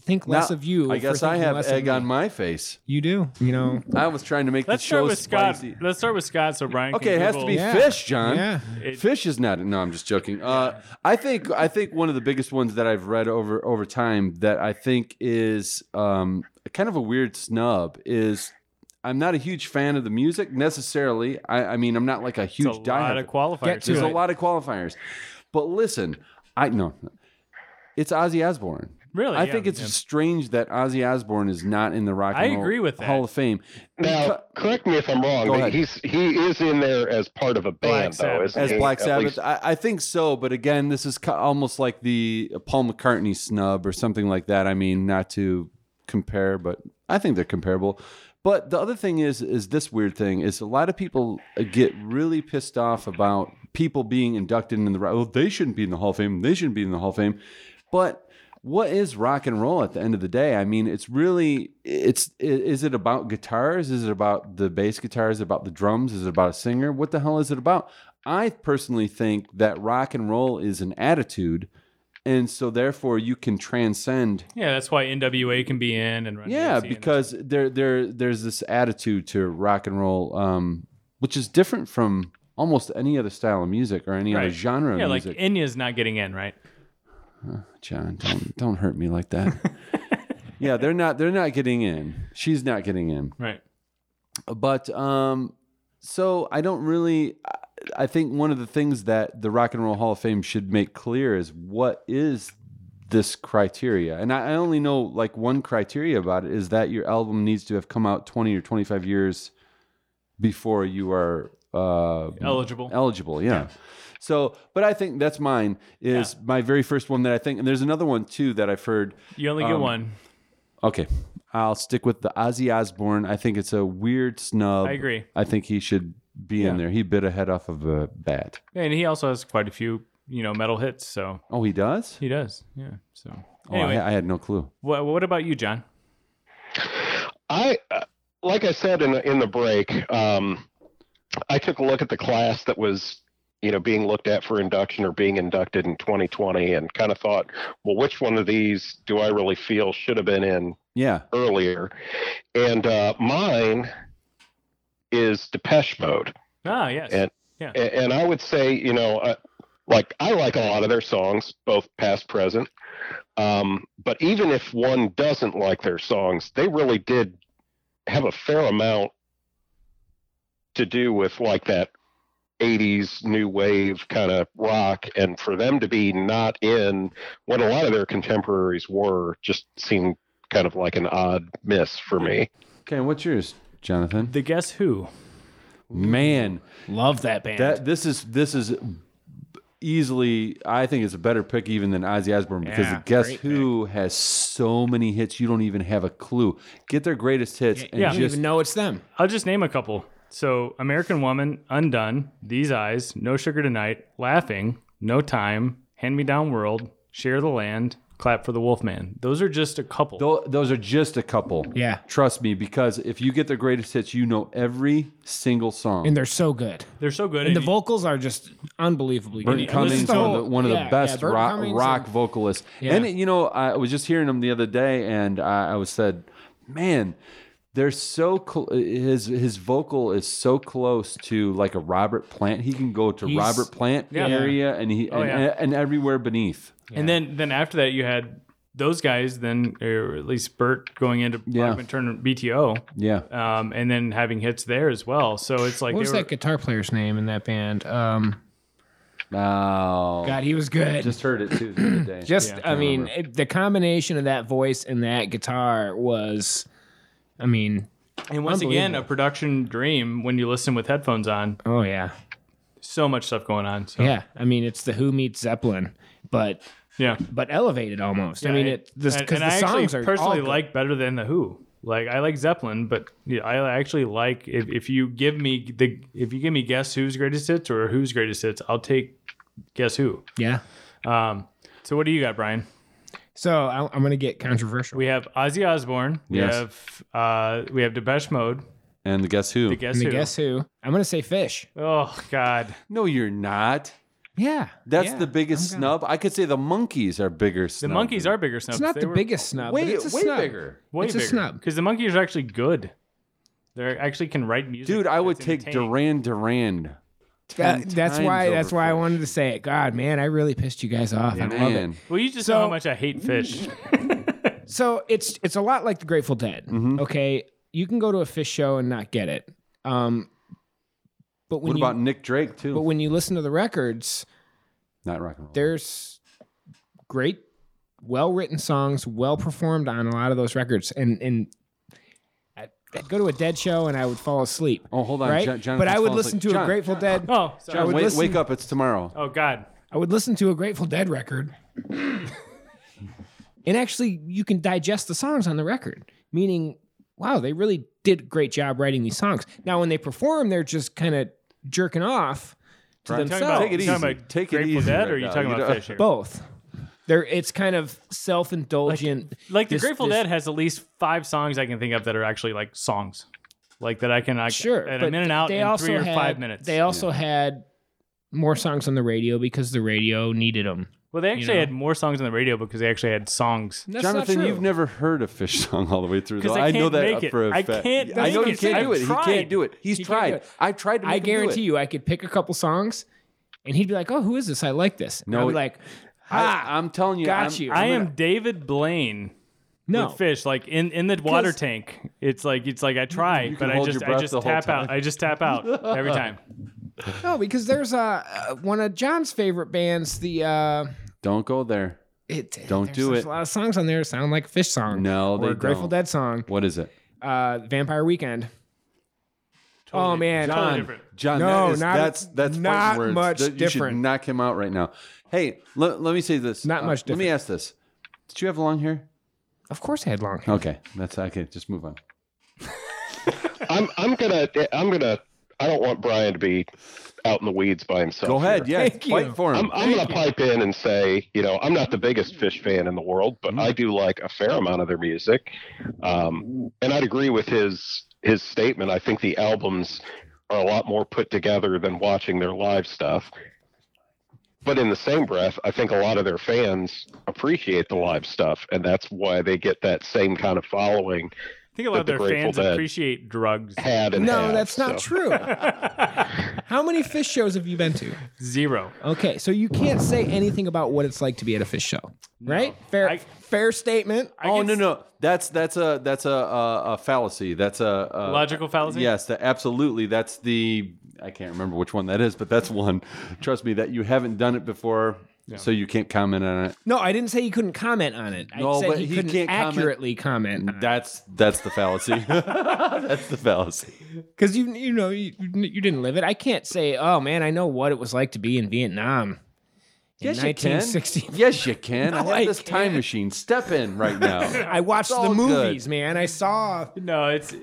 Speaker 3: think less
Speaker 2: Now,
Speaker 3: of you.
Speaker 2: I
Speaker 3: for
Speaker 2: guess I
Speaker 3: thinking
Speaker 2: have
Speaker 3: less of
Speaker 2: egg
Speaker 3: me.
Speaker 2: on my face.
Speaker 3: You do. You know.
Speaker 2: I was trying to make
Speaker 1: Let's
Speaker 2: the
Speaker 1: start
Speaker 2: show
Speaker 1: with Scott.
Speaker 2: spicy.
Speaker 1: Let's start with Scott. So Brian. can
Speaker 2: Okay, it has to
Speaker 1: Google-
Speaker 2: be
Speaker 3: Yeah.
Speaker 2: fish, John.
Speaker 3: Yeah.
Speaker 1: It-
Speaker 2: Fish is not. No, I'm just joking. Uh, I think I think one of the biggest ones that I've read over over time that I think is um, kind of a weird snub is I'm not a huge fan of the music necessarily. I, I mean, I'm not like a
Speaker 1: It's a
Speaker 2: huge
Speaker 1: lot
Speaker 2: die.
Speaker 1: of qualifiers.
Speaker 3: Get to
Speaker 2: There's a
Speaker 3: it.
Speaker 2: lot of qualifiers, but listen, I no, it's Ozzy Osbourne.
Speaker 1: Really,
Speaker 2: I
Speaker 1: yeah,
Speaker 2: think it's
Speaker 1: yeah.
Speaker 2: strange that Ozzy Osbourne is not in the Rock and
Speaker 1: I
Speaker 2: Roll
Speaker 1: agree with that.
Speaker 2: Hall of Fame.
Speaker 4: now,
Speaker 2: Because-
Speaker 4: correct me if I'm wrong,
Speaker 2: Go
Speaker 4: but
Speaker 2: ahead.
Speaker 4: he's he is in there as part of a band, though,
Speaker 1: Sabbath.
Speaker 4: isn't
Speaker 2: as
Speaker 4: he?
Speaker 2: Black
Speaker 4: At
Speaker 2: Sabbath.
Speaker 4: least-
Speaker 2: I, I think so, but again, this is ki- almost like the Paul McCartney snub or something like that. I mean, not to compare, but I think they're comparable. But the other thing is, is this weird thing is a lot of people get really pissed off about people being inducted in the Ro- well, they shouldn't be in the Hall of Fame. They shouldn't be in the Hall of Fame. But what is rock and roll at the end of the day? I mean, it's really it's i- is it about guitars? Is it about the bass guitars? Is it about the drums? Is it about a singer? What the hell is it about? I personally think that rock and roll is an attitude, and so therefore you can transcend.
Speaker 1: Yeah, that's why NWA can be in and Run DMC
Speaker 2: Yeah,
Speaker 1: and-
Speaker 2: because there there there's this attitude to rock and roll, um, which is different from almost any other style of music or any other
Speaker 1: Right.
Speaker 2: genre
Speaker 1: yeah,
Speaker 2: of
Speaker 1: like
Speaker 2: music.
Speaker 1: Enya's not getting in, right?
Speaker 2: John, don't don't hurt me like that. yeah, they're not they're not getting in. She's not getting in.
Speaker 1: Right.
Speaker 2: But um so I don't really I- I think one of the things that the Rock and Roll Hall of Fame should make clear is what is this criteria. And I I only know like one criteria about it is that your album needs to have come out 20 or 25 years before you are uh,
Speaker 1: Eligible.
Speaker 2: eligible yeah. so but i think that's mine is my very first one that i think and there's another one too that i've heard
Speaker 1: You only get one.
Speaker 2: okay i'll stick with the ozzy osbourne i think it's a weird snub
Speaker 1: I agree.
Speaker 2: i think he should be in there he bit a head off of a bat
Speaker 1: And he also has quite a few, you know, metal hits. So
Speaker 2: oh he does
Speaker 1: he does. Yeah. So
Speaker 2: oh
Speaker 1: anyway,
Speaker 2: I, I had no clue
Speaker 1: wha- what about you, John?
Speaker 4: I uh, like I said in the, in the break, um, I took a look at the class that was you know being looked at for induction or being inducted in 2020 and kind of thought, well, which one of these do I really feel should have been in
Speaker 2: yeah
Speaker 4: earlier? And uh, mine is Depeche Mode.
Speaker 1: Ah, yes.
Speaker 4: And- A- and I would say, you know, uh, like I like a lot of their songs, both past, present. Um, but even if one doesn't like their songs, they really did have a fair amount to do with like that 80s new wave kind of rock. And for them to be not in what a lot of their contemporaries were just seemed kind of like an odd miss for me.
Speaker 2: okay what's yours jonathan
Speaker 1: the Guess Who.
Speaker 2: man
Speaker 3: Love that band.
Speaker 2: That this is this is easily I think it's a better pick even than Ozzy Osbourne because
Speaker 3: Yeah,
Speaker 2: guess
Speaker 3: great
Speaker 2: who has so many hits you don't even have a clue. Get their greatest hits and
Speaker 1: yeah.
Speaker 3: you don't
Speaker 2: just
Speaker 3: even know it's them.
Speaker 1: I'll just name a couple. So American Woman, Undone, These Eyes, No Sugar Tonight, Laughing, No Time, Hand Me Down World, Share the Land, Clap for the Wolfman. Those are just a couple.
Speaker 2: tho- those are just a couple.
Speaker 3: Yeah.
Speaker 2: Trust me, because if you get their greatest hits, you know every single song.
Speaker 3: And they're so good.
Speaker 1: They're so good.
Speaker 3: And the vocals are just unbelievably
Speaker 2: Burton
Speaker 3: good.
Speaker 2: Cummings,
Speaker 3: Listen to
Speaker 2: one of
Speaker 3: all-
Speaker 2: the, one of
Speaker 3: yeah,
Speaker 2: the best
Speaker 3: yeah, Burton
Speaker 2: rock,
Speaker 3: Cummings
Speaker 2: rock
Speaker 3: and-
Speaker 2: vocalists.
Speaker 3: Yeah.
Speaker 2: And you know, I was just hearing him the other day, and I, I was said, "Man, they're so cl- his his vocal is so close to like a Robert Plant. He can go to
Speaker 3: He's- Oh,
Speaker 2: Robert Plant
Speaker 1: Yeah.
Speaker 2: area, and he and,
Speaker 1: yeah.
Speaker 2: and everywhere beneath.
Speaker 1: And then then after that you had those guys then or at least Bert going into
Speaker 2: Yeah.
Speaker 1: Blackman Turner BTO.
Speaker 2: Yeah,
Speaker 1: Um, and then having hits there as well. So it's like
Speaker 3: What was
Speaker 1: they were,
Speaker 3: that guitar player's name in that band? Um,
Speaker 2: oh,
Speaker 3: God, he was good.
Speaker 2: just heard it too the other day.
Speaker 3: Just, I mean, it, the combination of that voice and that guitar was, I mean,
Speaker 1: and once again a production dream when you listen with headphones on.
Speaker 3: oh yeah,
Speaker 1: So much stuff going on. So
Speaker 3: yeah. I mean, it's the Who meets Zeppelin, but
Speaker 1: yeah.
Speaker 3: but elevated almost. I mean,
Speaker 1: Yeah,
Speaker 3: it this
Speaker 1: and,
Speaker 3: because
Speaker 1: and
Speaker 3: the
Speaker 1: I
Speaker 3: songs
Speaker 1: actually
Speaker 3: are
Speaker 1: personally
Speaker 3: all good.
Speaker 1: like better than the Who. Like I like Zeppelin, but yeah, I actually like if, if you give me the if you give me Guess Who's greatest hits or Who's greatest hits, I'll take Guess Who.
Speaker 3: yeah.
Speaker 1: Um, so what do you got, Brian?
Speaker 3: So I, I'm gonna get controversial.
Speaker 1: We have Ozzy Osbourne. We
Speaker 2: Yes.
Speaker 1: have uh, we have Depeche Mode.
Speaker 2: and guess who?
Speaker 1: The Guess
Speaker 3: and
Speaker 1: Who.
Speaker 3: the guess who? I'm gonna say Fish.
Speaker 1: Oh God,
Speaker 2: no, you're not.
Speaker 3: Yeah,
Speaker 2: That's
Speaker 3: yeah. Oh
Speaker 2: the biggest snub. I could say the monkeys are bigger.
Speaker 1: the
Speaker 2: Snub.
Speaker 1: monkeys are bigger snubs.
Speaker 3: It's not
Speaker 1: They
Speaker 3: the
Speaker 1: were
Speaker 3: biggest snub.
Speaker 2: way
Speaker 3: but it's a
Speaker 2: way
Speaker 3: snub.
Speaker 2: bigger.
Speaker 1: Way
Speaker 3: it's a
Speaker 1: bigger.
Speaker 3: snub.
Speaker 1: because the monkeys are actually good. They are actually can write music.
Speaker 2: Dude, I would
Speaker 1: that's
Speaker 2: take
Speaker 1: entertaining.
Speaker 2: Duran Duran.
Speaker 3: That-
Speaker 2: Ten
Speaker 3: that's
Speaker 2: times
Speaker 3: why.
Speaker 2: over
Speaker 3: That's why I
Speaker 2: Fish.
Speaker 3: wanted to say it. God, man, I really pissed you guys off. I love it.
Speaker 2: Man.
Speaker 1: Well, you just
Speaker 3: So-
Speaker 1: know how much I hate fish.
Speaker 3: So it's it's a lot like the Grateful Dead.
Speaker 2: Mm-hmm.
Speaker 3: Okay, you can go to a Fish show and not get it. Um, but when
Speaker 2: What
Speaker 3: you,
Speaker 2: about Nick Drake too?
Speaker 3: but when you listen to the records,
Speaker 2: Not rock and roll.
Speaker 3: there's great, well written songs, well performed on a lot of those records. And and I- I'd go to a Dead show and I would fall asleep.
Speaker 2: Oh, hold on,
Speaker 3: right?
Speaker 2: Jon- Jonathan
Speaker 3: but I would
Speaker 2: falls
Speaker 3: listen
Speaker 2: asleep.
Speaker 3: to
Speaker 2: John,
Speaker 3: a Grateful Dead.
Speaker 1: oh, sorry.
Speaker 3: I
Speaker 2: John,
Speaker 3: would
Speaker 2: wait,
Speaker 3: listen-
Speaker 2: wake up! It's tomorrow.
Speaker 1: oh God.
Speaker 3: I would listen to a Grateful Dead record. and actually, you can digest the songs on the record, meaning, wow, they really did a great job writing these songs. Now, when they perform, they're just kind of jerking off to
Speaker 2: Right.
Speaker 1: Talking about,
Speaker 3: themselves.
Speaker 2: Take it
Speaker 1: you talking
Speaker 2: easy.
Speaker 1: about
Speaker 2: Take it
Speaker 1: Grateful
Speaker 2: easy
Speaker 1: Dead,
Speaker 2: right
Speaker 1: or are you
Speaker 2: now.
Speaker 1: talking
Speaker 2: You
Speaker 1: about
Speaker 2: know-
Speaker 1: fish? Here?
Speaker 3: Both. They're, it's kind of self indulgent.
Speaker 1: Like the
Speaker 3: This-
Speaker 1: Grateful
Speaker 3: this-
Speaker 1: Dead has at least five songs I can think of that are actually like songs, like that I can I,
Speaker 3: sure.
Speaker 1: that
Speaker 3: but
Speaker 1: I'm in and out
Speaker 3: they
Speaker 1: in
Speaker 3: also
Speaker 1: three or
Speaker 3: had,
Speaker 1: five minutes.
Speaker 3: They also had more songs on the radio because the radio needed them.
Speaker 1: well, they actually
Speaker 3: know.
Speaker 1: had more songs on the radio because they actually had songs.
Speaker 3: That's
Speaker 2: Jonathan,
Speaker 3: not true.
Speaker 2: you've never heard a fish song all the way through. Though.
Speaker 1: 'Cause I
Speaker 2: know
Speaker 1: can't
Speaker 2: that
Speaker 1: make it.
Speaker 2: for a
Speaker 1: I
Speaker 2: fact.
Speaker 1: can't
Speaker 2: I know
Speaker 1: make
Speaker 2: he
Speaker 1: it.
Speaker 2: can't do
Speaker 1: I've
Speaker 2: it.
Speaker 1: tried.
Speaker 2: He can't do it. He's
Speaker 3: He can't
Speaker 2: tried.
Speaker 3: do it.
Speaker 2: I tried to. Make
Speaker 3: I
Speaker 2: him do
Speaker 3: guarantee
Speaker 2: it.
Speaker 3: you, I could pick a couple songs, and he'd be like, "Oh, who is this? I like this." And
Speaker 2: No,
Speaker 3: I'd be
Speaker 2: it-
Speaker 3: like, "Ah,
Speaker 2: I, I'm telling you.
Speaker 3: got
Speaker 2: I'm,
Speaker 3: you."
Speaker 1: I am David Blaine.
Speaker 3: no."
Speaker 1: With fish like in in the water tank. It's like it's like I try,
Speaker 2: can
Speaker 1: but I
Speaker 2: hold
Speaker 1: just
Speaker 2: your
Speaker 1: I
Speaker 2: breath
Speaker 1: just
Speaker 2: the whole
Speaker 1: tap out.
Speaker 2: time.
Speaker 1: I just tap out every time.
Speaker 3: No, because there's uh, uh, one of John's favorite bands. The uh,
Speaker 2: Don't go there.
Speaker 3: it
Speaker 2: Don't
Speaker 3: there's-
Speaker 2: do
Speaker 3: There's
Speaker 2: it.
Speaker 3: a lot of songs on there that sound like a Fish song.
Speaker 2: No,
Speaker 3: or
Speaker 2: they
Speaker 3: a Grateful
Speaker 2: don't.
Speaker 3: Dead song.
Speaker 2: What is it?
Speaker 3: Uh, Vampire Weekend.
Speaker 1: Totally-
Speaker 3: oh man,
Speaker 1: totally
Speaker 3: on.
Speaker 1: different.
Speaker 2: John,
Speaker 3: No,
Speaker 2: that is,
Speaker 3: not-
Speaker 2: that's that's
Speaker 3: not
Speaker 2: fighting words.
Speaker 3: much
Speaker 2: That- You should
Speaker 3: different.
Speaker 2: knock him out right now. Hey, let, let me say this. Uh,
Speaker 3: Not much
Speaker 2: Let me ask this. Did you have long hair?
Speaker 3: Of course, I had long hair.
Speaker 2: Okay, that's okay. Just move on.
Speaker 4: I'm I'm gonna I'm gonna I don't want Brian to be out in the weeds by himself.
Speaker 2: Go ahead.
Speaker 4: here.
Speaker 2: Yeah,
Speaker 3: Thank
Speaker 2: fight
Speaker 3: you.
Speaker 2: for him.
Speaker 4: I'm, I'm going to pipe in and say, you know, I'm not the biggest Fish fan in the world, but I do like a fair amount of their music, um, and I'd agree with his his statement. I think the albums are a lot more put together than watching their live stuff. But in the same breath, I think a lot of their fans appreciate the live stuff, and that's why they get that same kind of following
Speaker 1: I think a lot of
Speaker 4: But the
Speaker 1: their
Speaker 4: Grateful
Speaker 1: fans
Speaker 4: Dead.
Speaker 1: appreciate drugs.
Speaker 4: had and
Speaker 3: No,
Speaker 4: have,
Speaker 3: that's not
Speaker 4: so.
Speaker 3: true. How many fish shows have you been to?
Speaker 1: Zero.
Speaker 3: Okay, so you can't say anything about what it's like to be at a fish show, right? Fair,
Speaker 1: I-
Speaker 3: fair statement.
Speaker 2: oh no no, that's that's a that's a a, a fallacy. That's a, a
Speaker 1: Logical fallacy?
Speaker 2: Yes, that, absolutely. That's the I can't remember which one that is, but that's one. Trust me, that you haven't done it before, so you can't comment on it.
Speaker 3: No, I didn't say he couldn't comment on it. I
Speaker 2: No,
Speaker 3: said
Speaker 2: but
Speaker 3: he,
Speaker 2: he
Speaker 3: couldn't
Speaker 2: can't comment.
Speaker 3: accurately comment
Speaker 2: That's that's the fallacy. that's the fallacy.
Speaker 3: because you you know you, you didn't live it. I can't say, oh man, I know what it was like to be in Vietnam. in
Speaker 2: Yes, you can.
Speaker 3: 1960.
Speaker 2: Yes, you can. I have
Speaker 3: I
Speaker 2: this time machine. Step in right now.
Speaker 3: I watched
Speaker 2: It's
Speaker 3: the
Speaker 2: all good.
Speaker 3: movies, man. I saw
Speaker 1: No, it's.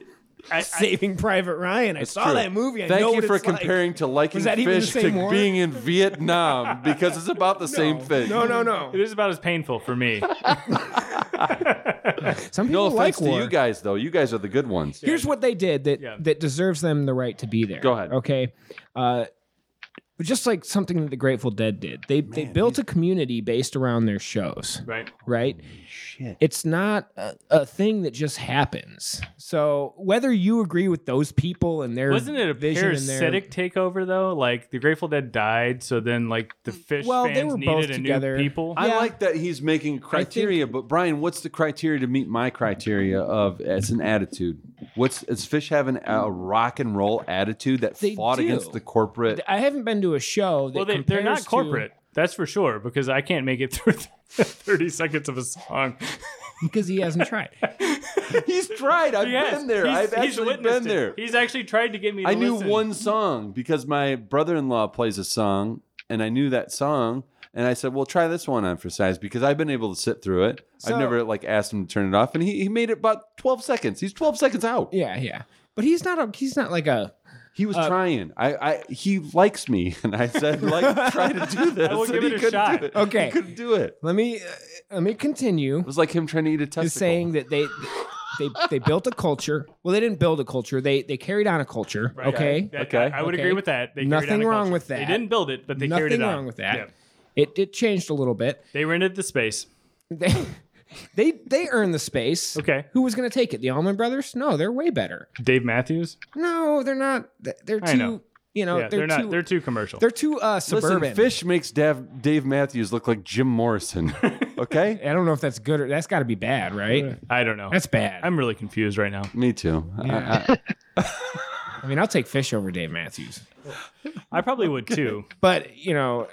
Speaker 1: I, I,
Speaker 3: Saving Private Ryan. I saw
Speaker 2: True.
Speaker 3: that movie. I
Speaker 2: Thank
Speaker 3: know
Speaker 2: you
Speaker 3: what
Speaker 2: for
Speaker 3: it's like.
Speaker 2: comparing to liking
Speaker 3: Was that even the
Speaker 2: fish to
Speaker 3: same war?
Speaker 2: being in Vietnam because it's about the same thing.
Speaker 3: No, no, no.
Speaker 1: it is about as painful for me.
Speaker 3: Some
Speaker 2: No
Speaker 3: people
Speaker 2: offense
Speaker 3: like war.
Speaker 2: to you guys though. You guys are the good ones.
Speaker 3: Here's what they did that
Speaker 1: Yeah.
Speaker 3: that deserves them the right to be there.
Speaker 2: Go ahead.
Speaker 3: Okay. Uh, just like something that the Grateful Dead did, they they built a community based around their shows.
Speaker 1: right.
Speaker 3: right? Shit. It's not a, a thing that just happens. So whether you agree with those people and their
Speaker 1: Wasn't it a
Speaker 3: vision and their-
Speaker 1: parasitic takeover though? Like the Grateful Dead died, so then like the fish
Speaker 3: Well, they
Speaker 1: fans
Speaker 3: were both
Speaker 1: needed a
Speaker 3: together.
Speaker 1: new people.
Speaker 2: I
Speaker 3: Yeah.
Speaker 2: like that he's making criteria, but Brian, what's the criteria to meet my criteria of it's an attitude? What's is Fish having a rock and roll attitude that
Speaker 3: They
Speaker 2: fought
Speaker 3: do.
Speaker 2: against the corporate?
Speaker 3: I haven't been to a show. That
Speaker 1: well, they, they're
Speaker 3: compares
Speaker 1: not
Speaker 3: to-
Speaker 1: corporate. That's for sure because I can't make it through 30 seconds of a song.
Speaker 3: because he hasn't tried.
Speaker 2: he's tried. I've
Speaker 1: He has.
Speaker 2: been there.
Speaker 1: He's-
Speaker 2: I've
Speaker 1: he's
Speaker 2: actually
Speaker 1: witnessed
Speaker 2: been
Speaker 1: it.
Speaker 2: there.
Speaker 1: He's actually tried to get me to
Speaker 2: I knew
Speaker 1: listen.
Speaker 2: one song because my brother-in-law plays a song, and I knew that song. And I said, "Well, try this one on for size because I've been able to sit through it.
Speaker 3: So-
Speaker 2: I've never like asked him to turn it off, and he, he made it about twelve seconds. He's twelve seconds out.
Speaker 3: yeah, yeah. But he's not. A, he's not like a.
Speaker 2: He
Speaker 1: uh,
Speaker 2: was trying. I, I he likes me, and I said, like, try to do this.
Speaker 1: I will
Speaker 2: and
Speaker 1: give
Speaker 2: he
Speaker 1: it a
Speaker 2: couldn't
Speaker 1: shot.
Speaker 2: Do it.
Speaker 3: Okay.
Speaker 2: he couldn't do it.
Speaker 3: Let me. Uh, let me continue.
Speaker 2: It was like him trying to eat a testicle.
Speaker 3: Is saying that they. They, they built a culture. Well, they didn't build a culture. They they carried on a culture.
Speaker 1: Right.
Speaker 3: Okay,
Speaker 1: That-
Speaker 2: Okay.
Speaker 1: I, I would
Speaker 3: Okay.
Speaker 1: agree with that. They carried
Speaker 3: Nothing
Speaker 1: on a
Speaker 3: wrong
Speaker 1: culture.
Speaker 3: with
Speaker 1: They
Speaker 3: that.
Speaker 1: didn't build it, but they carried
Speaker 3: nothing
Speaker 1: it on.
Speaker 3: wrong with that.
Speaker 1: Yeah.
Speaker 3: It it changed a little bit.
Speaker 1: They rented the space.
Speaker 3: they they they earned the space.
Speaker 1: Okay.
Speaker 3: Who was going to take it? The Allman Brothers? No, they're way better.
Speaker 1: Dave Matthews?
Speaker 3: No, they're not. th- They're
Speaker 1: I
Speaker 3: too.
Speaker 1: know.
Speaker 3: You know,
Speaker 1: yeah,
Speaker 3: they're,
Speaker 1: they're,
Speaker 3: too.
Speaker 1: not. They're too commercial.
Speaker 3: they're too uh,
Speaker 2: Listen,
Speaker 3: suburban.
Speaker 2: Fish makes Dav, Dave Matthews look like Jim Morrison. Okay,
Speaker 3: I don't know if that's good or that's got to be bad, right?
Speaker 1: I don't know.
Speaker 3: That's bad.
Speaker 1: I'm really confused right now.
Speaker 2: me too. I- I-
Speaker 3: I mean, I'll take Fish over Dave Matthews,
Speaker 1: I probably would too.
Speaker 3: but you know,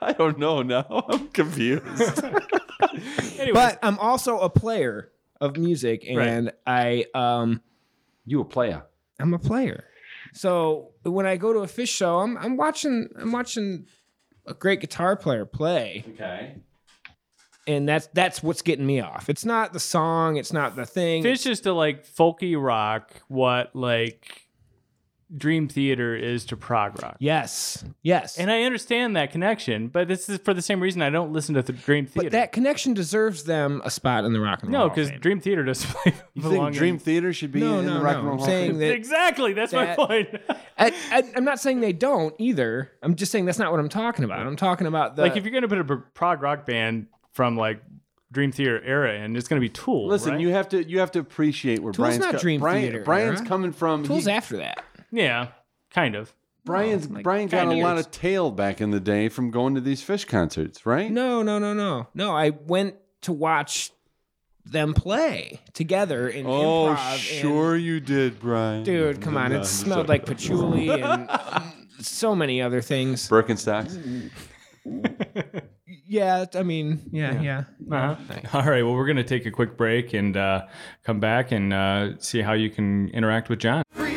Speaker 2: I don't know now. I'm confused.
Speaker 1: Anyway,
Speaker 3: but I'm also a player of music, and I um
Speaker 2: You a player?
Speaker 3: I'm a player. So when I go to a Fish show, I'm I'm watching I'm watching a great guitar player play.
Speaker 2: Okay.
Speaker 3: and that's that's what's getting me off. It's not the song, it's not the thing.
Speaker 1: Fish is to like folky rock what like Dream Theater is to prog rock.
Speaker 3: Yes, yes.
Speaker 1: And I understand that connection, but this is for the same reason I don't listen to the Dream Theater.
Speaker 3: but that connection deserves them a spot in the rock and roll.
Speaker 1: no,
Speaker 3: Hall of
Speaker 1: because
Speaker 3: Fame.
Speaker 1: Dream Theater doesn't play
Speaker 2: You think Dream Theater should be
Speaker 3: No,
Speaker 2: in
Speaker 3: no,
Speaker 2: the Rock
Speaker 3: no.
Speaker 2: and Roll
Speaker 3: I'm
Speaker 2: Hall?
Speaker 3: saying
Speaker 2: of Fame?
Speaker 3: that-
Speaker 1: exactly. That's
Speaker 3: that-
Speaker 1: my point.
Speaker 3: I, I, I'm not saying they don't either. I'm just saying that's not what I'm talking about. I'm talking about the
Speaker 1: like if you're gonna put a pro- prog rock band from like Dream Theater era, and it's gonna be Tool.
Speaker 2: Listen,
Speaker 1: right?
Speaker 2: you have to you have to appreciate where
Speaker 3: Tool's
Speaker 2: Brian's
Speaker 3: not
Speaker 2: co-
Speaker 3: Dream
Speaker 2: Brian,
Speaker 3: Theater
Speaker 2: Brian's
Speaker 3: era.
Speaker 2: coming from.
Speaker 3: tools
Speaker 2: he-
Speaker 3: after that.
Speaker 1: yeah, kind of.
Speaker 2: Brian's
Speaker 3: like,
Speaker 2: Brian got a
Speaker 3: kinda
Speaker 2: lot
Speaker 3: is.
Speaker 2: of tail back in the day from going to these fish concerts, right?
Speaker 3: No, no, no, no, no. I went to watch them play together in
Speaker 2: Oh,
Speaker 3: improv. and-
Speaker 2: sure you did, Brian.
Speaker 3: dude, come on! It smelled like patchouli and um, so many other things. Mm-hmm.
Speaker 2: Birkenstocks.
Speaker 3: Yeah, I mean, yeah, yeah.
Speaker 1: Uh-huh. All right. Well, we're going to take a quick break and uh, come back and uh, see how you can interact with John.
Speaker 5: Free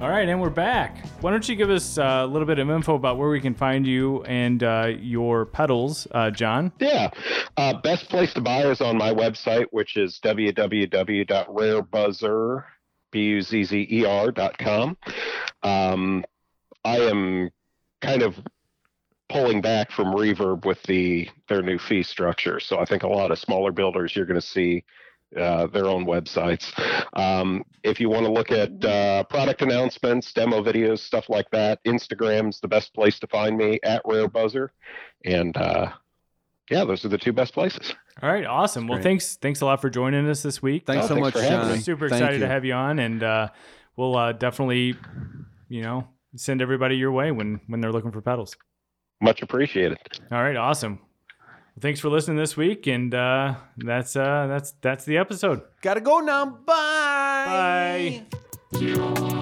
Speaker 1: All right, and we're back. Why don't you give us uh, a little bit of info about where we can find you and uh, your pedals, uh, John?
Speaker 4: Yeah. Uh, best place to buy is on my website, which is www.rarebuzzer, B-U-Z-Z-E-R E dot com. Um, I am kind of pulling back from Reverb with the their new fee structure. So I think a lot of smaller builders, you're going to see uh, their own websites. Um, if you want to look at uh, product announcements, demo videos, stuff like that, Instagram's the best place to find me at Rare Buzzer. And uh, yeah, those are the two best places.
Speaker 1: All right, awesome. Well,
Speaker 2: great.
Speaker 1: thanks, thanks a lot for joining us this week.
Speaker 2: Thanks
Speaker 4: Oh,
Speaker 2: so
Speaker 4: thanks
Speaker 2: much,
Speaker 4: for having
Speaker 2: John.
Speaker 4: me.
Speaker 1: Super
Speaker 2: Thank
Speaker 1: excited
Speaker 2: you.
Speaker 1: to have you on, and uh, we'll uh, definitely, you know, send everybody your way when when they're looking for pedals.
Speaker 4: Much appreciated.
Speaker 1: All right, awesome. Well, thanks for listening this week, and uh, that's uh, that's that's the episode.
Speaker 2: Gotta go now.
Speaker 1: Bye.
Speaker 2: Bye. Bye.